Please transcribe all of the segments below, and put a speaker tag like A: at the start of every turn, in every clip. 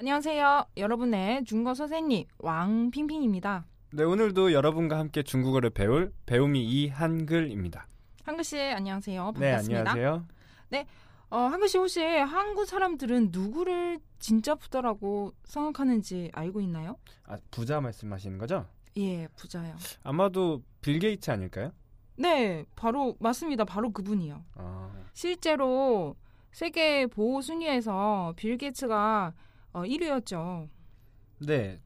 A: 안녕하세요. 여러분의 중국어 선생님 왕핑핑입니다.
B: 네, 오늘도 여러분과 함께 중국어를 배울 배움이 이 한글입니다.
A: 한글 씨 안녕하세요.
B: 네,
A: 반갑습니다.
B: 안녕하세요.
A: 어, 한글 씨 혹시 한국 사람들은 누구를 진짜 부자라고 생각하는지 알고 있나요?
B: 아, 부자 말씀하시는 거죠?
A: 예, 부자요.
B: 아마도 빌 게이츠 아닐까요?
A: 네, 바로 맞습니다. 바로 그분이요.
B: 아,
A: 실제로 세계 보호 순위에서 빌 게이츠가 어, 1위였죠.
B: 네.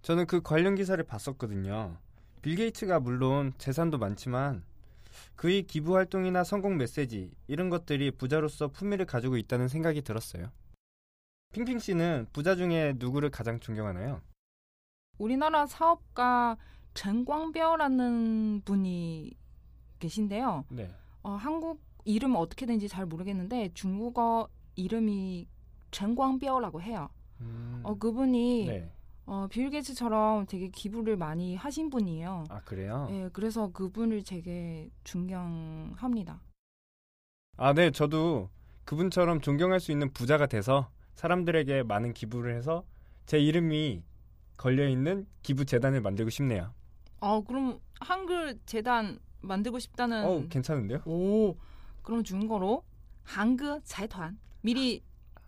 B: 저는 그 관련 기사를 봤었거든요. 빌 게이츠가 물론 재산도 많지만 그의 기부 활동이나 성공 메시지 이런 것들이 부자로서 품위를 가지고 있다는 생각이 들었어요. 핑핑 씨는 부자 중에 누구를 가장 존경하나요?
A: 우리나라 사업가 전광뼈라는 분이 계신데요.
B: 네.
A: 어, 한국 이름 어떻게 되는지 잘 모르겠는데 중국어 이름이 전광뼈라고 해요.
B: 음,
A: 어, 그분이
B: 네.
A: 어, 빌 게이츠처럼 되게 기부를 많이 하신 분이에요.
B: 아, 그래요?
A: 예, 그래서 그분을 되게 존경합니다.
B: 아, 네, 저도 그분처럼 존경할 수 있는 부자가 돼서 사람들에게 많은 기부를 해서 제 이름이 걸려 있는 기부 재단을 만들고 싶네요.
A: 어, 그럼 한글 재단 만들고 싶다는
B: 어우, 괜찮은데요?
A: 오, 그럼 중국어로 한글 재단 미리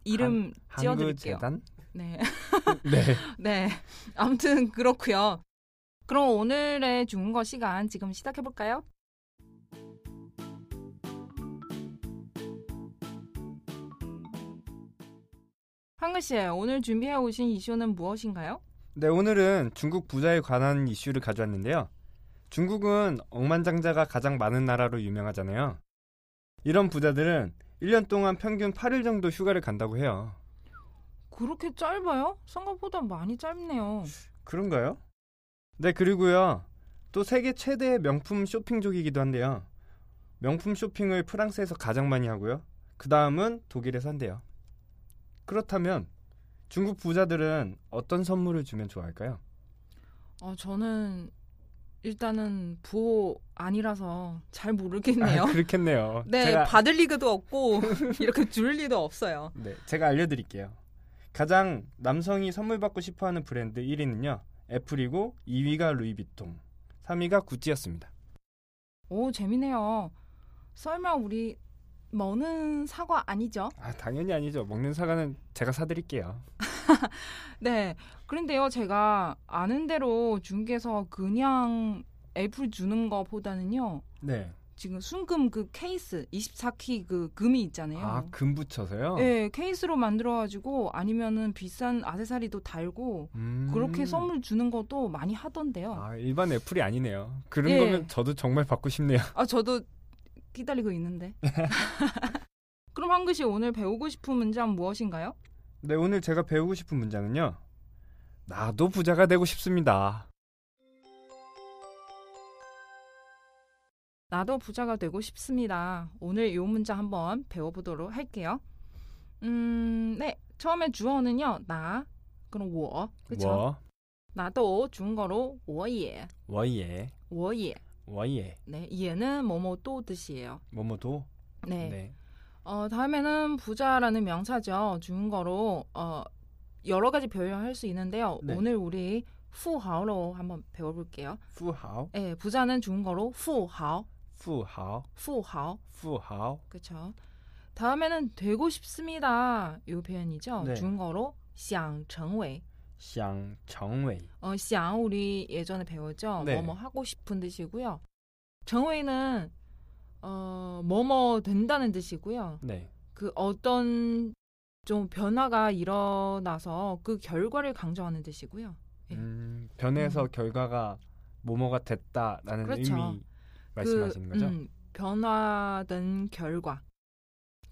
A: 이름
B: 한글
A: 지어드릴게요.
B: 재단?
A: 네,
B: 네.
A: 네. 아무튼 그렇고요. 그럼 오늘의 중국어 시간 지금 시작해 볼까요? 한글 씨, 오늘 준비해 오신 이슈는 무엇인가요?
B: 네, 오늘은 중국 부자에 관한 이슈를 가져왔는데요. 중국은 억만장자가 가장 많은 나라로 유명하잖아요. 이런 부자들은 1년 동안 평균 8일 정도 휴가를 간다고 해요.
A: 그렇게 짧아요? 생각보다 많이 짧네요.
B: 그런가요? 네, 그리고요. 또 세계 최대의 명품 쇼핑족이기도 한데요. 명품 쇼핑을 프랑스에서 가장 많이 하고요. 그 다음은 독일에서 한대요. 그렇다면 중국 부자들은 어떤 선물을 주면 좋아할까요?
A: 어, 저는 일단은 부호 아니라서 잘 모르겠네요.
B: 아, 그렇겠네요.
A: 네,
B: 제가,
A: 받을 리그도 없고 이렇게 줄 리도 없어요.
B: 네, 제가 알려드릴게요. 가장 남성이 선물 받고 싶어하는 브랜드 1위는요. 애플이고 2위가 루이비통, 3위가 구찌였습니다.
A: 오, 재미네요. 설마 우리 먹는 사과 아니죠?
B: 아, 당연히 아니죠. 먹는 사과는 제가 사드릴게요.
A: 네. 그런데요, 제가 아는 대로 중국에서 그냥 애플 주는 거보다는요.
B: 네.
A: 지금 순금 그 케이스 24키 그 금이 있잖아요.
B: 아, 금 붙여서요?
A: 네, 케이스로 만들어 가지고 아니면은 비싼 아세사리도 달고
B: 음.
A: 그렇게 선물 주는 것도 많이 하던데요.
B: 아, 일반 애플이 아니네요. 그런
A: 예.
B: 거면 저도 정말 받고 싶네요.
A: 아, 저도 기다리고 있는데. 그럼 한글 씨 오늘 배우고 싶은 문장 무엇인가요?
B: 네, 오늘 제가 배우고 싶은 문장은요. 나도 부자가 되고 싶습니다.
A: 나도 부자가 되고 싶습니다. 오늘 이 문장 한번 배워보도록 할게요. 음, 네. 처음에 주어는요. 나, 그럼 我, 그쵸?
B: 워,
A: 나도 중거로 我也,
B: 워예,
A: 我也.
B: 워예,
A: 네, 也는 뭐뭐 또 뜻이에요.
B: 뭐뭐도.
A: 네. 어, 다음에는 부자라는 명사죠. 중국어로 어, 여러 가지 표현할 수 있는데요.
B: 네.
A: 오늘 우리 후하오로 한번 배워볼게요.
B: 푸하오,
A: 예, 부자는 중국어로 후하오,
B: 푸하오,
A: 후하오,
B: 푸하오.
A: 그렇죠. 다음에는 되고 싶습니다. 이 표현이죠.
B: 네.
A: 중국어로 想成为.
B: 샹 정웨이.
A: 어, 想 우리 예전에 배웠죠.
B: 네.
A: 뭐뭐 하고 싶은 뜻이고요. 成为는 어, 뭐뭐 된다는 뜻이고요.
B: 네.
A: 그 어떤 좀 변화가 일어나서 그 결과를 강조하는 뜻이고요. 예.
B: 음, 변해서
A: 음.
B: 결과가 뭐뭐가 됐다라는
A: 그렇죠.
B: 의미 말씀하시는
A: 그,
B: 거죠?
A: 음, 변화된 결과.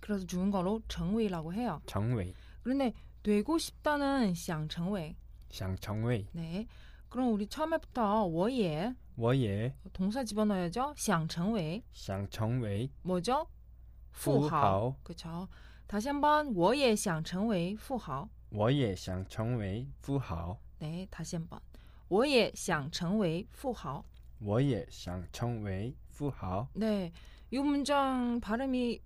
A: 그래서 좋은 거로 정의라고 해요.
B: 정웨이,
A: 그런데 되고 싶다는 想成为.
B: 샹 정웨이.
A: 네. 그럼 우리 처음에부터 워예
B: 我也
A: 동사 집어넣어야죠. 想成为
B: 想成为
A: 뭐죠?
B: 富豪.
A: 그렇죠. 다시 한번 我也想成为富豪.
B: 我也想成为富豪
A: 네, 다시 한번. 我也想成为富豪.
B: 我也想成为富豪
A: 네. 이 문장 발음이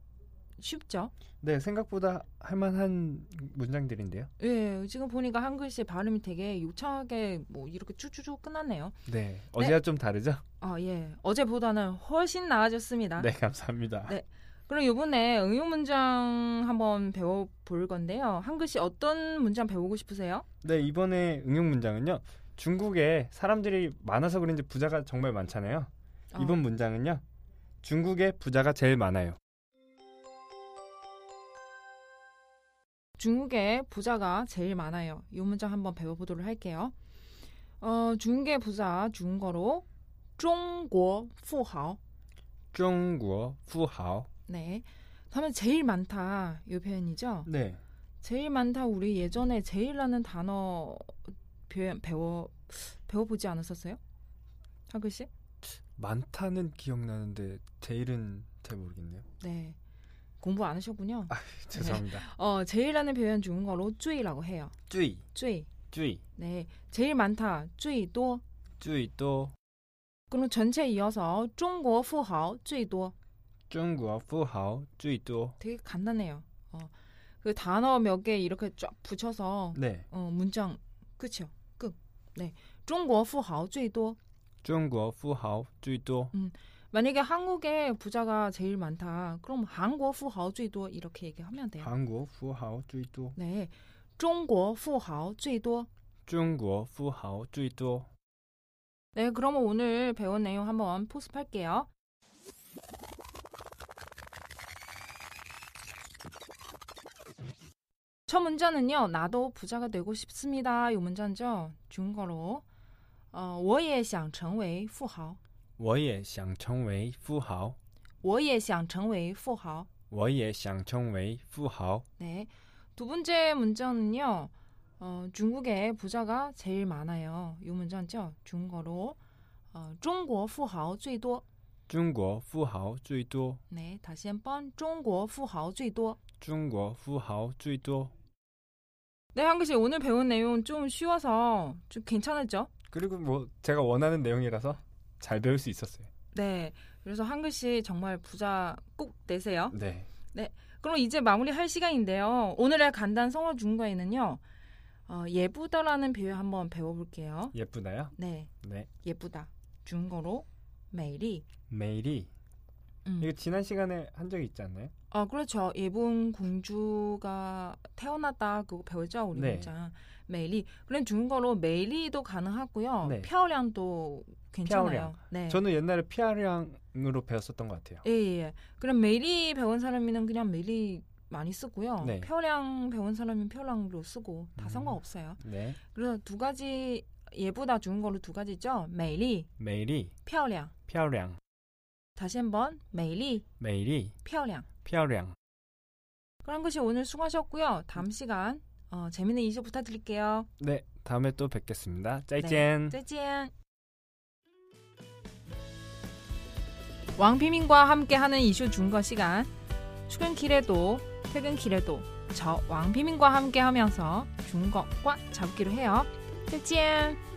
A: 쉽죠?
B: 네, 생각보다 할만한 문장들인데요.
A: 예, 지금 보니까 한 글씨 발음이 되게 요창하게 뭐 이렇게 쭉쭉쭉 끝났네요.
B: 네, 어제와 좀 다르죠?
A: 아, 예. 어제보다는 훨씬 나아졌습니다.
B: 네, 감사합니다.
A: 네. 그럼 이번에 응용 문장 한번 배워볼 건데요. 한 글씨 어떤 문장 배우고 싶으세요?
B: 네, 이번에 응용 문장은요. 중국에 사람들이 많아서 그런지 부자가 정말 많잖아요.
A: 어,
B: 이번 문장은요. 중국에 부자가 제일 많아요.
A: 중국에 부자가 제일 많아요. 이 문장 한번 배워보도록 할게요. 어, 중국의 부자 중국어로 중국 부하오.
B: 중국어 부하오.
A: 네. 다음에 제일 많다 이 표현이죠.
B: 네.
A: 제일 많다 우리 예전에 제일라는 단어 배, 배워 배워보지 않았었어요? 하글 씨?
B: 많다는 기억나는데 제일은 잘 모르겠네요.
A: 네. 공부 안 하셨군요.
B: 죄송합니다.
A: 어, 제일라는 표현 중국어로 쭈이라고 해요.
B: 쭈이,
A: 쭈이.
B: 쭈이,
A: 네. 제일 많다. 쭈이多.
B: 쭈이 또
A: 그럼 전체 이어서 중국富豪 쭈이多.
B: 중국어 부하오, 쭈이 또.
A: 되게 간단해요. 어. 그 단어 몇 개 이렇게 쫙 붙여서
B: 네.
A: 어, 문장 끝이요. 끝. 네. 중국 富豪 쭈이多.
B: 중국어 부하오, 쭈이 또.
A: 만약에 한국에 부자가 제일 많다. 그럼 한국 富豪 쭈이多 이렇게 얘기하면 돼요.
B: 한국 부하오, 쭈이 또.
A: 네. 중국 富豪 쭈이多.
B: 중국어 부하오, 쭈이 또.
A: 네, 그러면 오늘 배운 내용 한번 포습할게요. 첫 문자는요. 나도 부자가 되고 싶습니다. 이 문자죠. 중국어로 어, 我也想成为富豪.
B: 我也想成为富豪。
A: 我也想成为富豪.
B: 我也想成为富豪。
A: 네. 두 번째 문자는요. 어, 중국에 부자가 제일 많아요. 이 문자죠. 중국어로 어, 중국 富豪最多.
B: 中国富豪最多，
A: 네, 다시 한번 중국 富豪最多.
B: 中国富豪最多。
A: 네, 한글 씨 오늘 배운 내용 좀 쉬워서 좀 괜찮았죠?
B: 그리고 뭐 제가 원하는 내용이라서 잘 배울 수 있었어요.
A: 네. 그래서 한글 씨 정말 부자 꼭 되세요.
B: 네.
A: 그럼 이제 마무리할 시간인데요. 오늘의 간단 성어 중과에는요. 어, 예쁘다라는 비유 한번 배워 볼게요.
B: 예쁘나요?
A: 네.
B: 네.
A: 예쁘다. 중국어로 매리.
B: 메리.
A: 음.
B: 이거 지난 시간에 한 적이 있지 않나요?
A: 어, 그렇죠. 일본 공주가 태어났다 그거 배우죠 우리
B: 네.
A: 문장 메리. 그럼 중국어로 메리도 가능하고요.
B: 네.
A: 펴량도 괜찮아요.
B: 펴량.
A: 네.
B: 저는 옛날에 피아량으로 배웠었던 것 같아요.
A: 예, 예, 예. 그럼 메리 배운 사람이면 그냥 메리 많이 쓰고요.
B: 네.
A: 펴량 배운 사람은 펴량으로 쓰고 다
B: 음.
A: 상관없어요.
B: 네.
A: 그래서 두 가지 예보다 중국어로 두 가지죠. 메리,
B: 메리,
A: 펴량.
B: 漂亮,
A: 다시 한번 메리,
B: 美丽,
A: 펴량.
B: 漂亮。
A: 그런 것이 오늘 수고하셨고요. 다음 시간 어, 재밌는 이슈 부탁드릴게요.
B: 네. 다음에 또 뵙겠습니다. 짜이젠.
A: 再见. 왕비민과 함께하는 이슈 준거 시간. 출근길에도 퇴근길에도 저 왕비민과 함께하면서 준거꽉 잡기로 해요. 再见.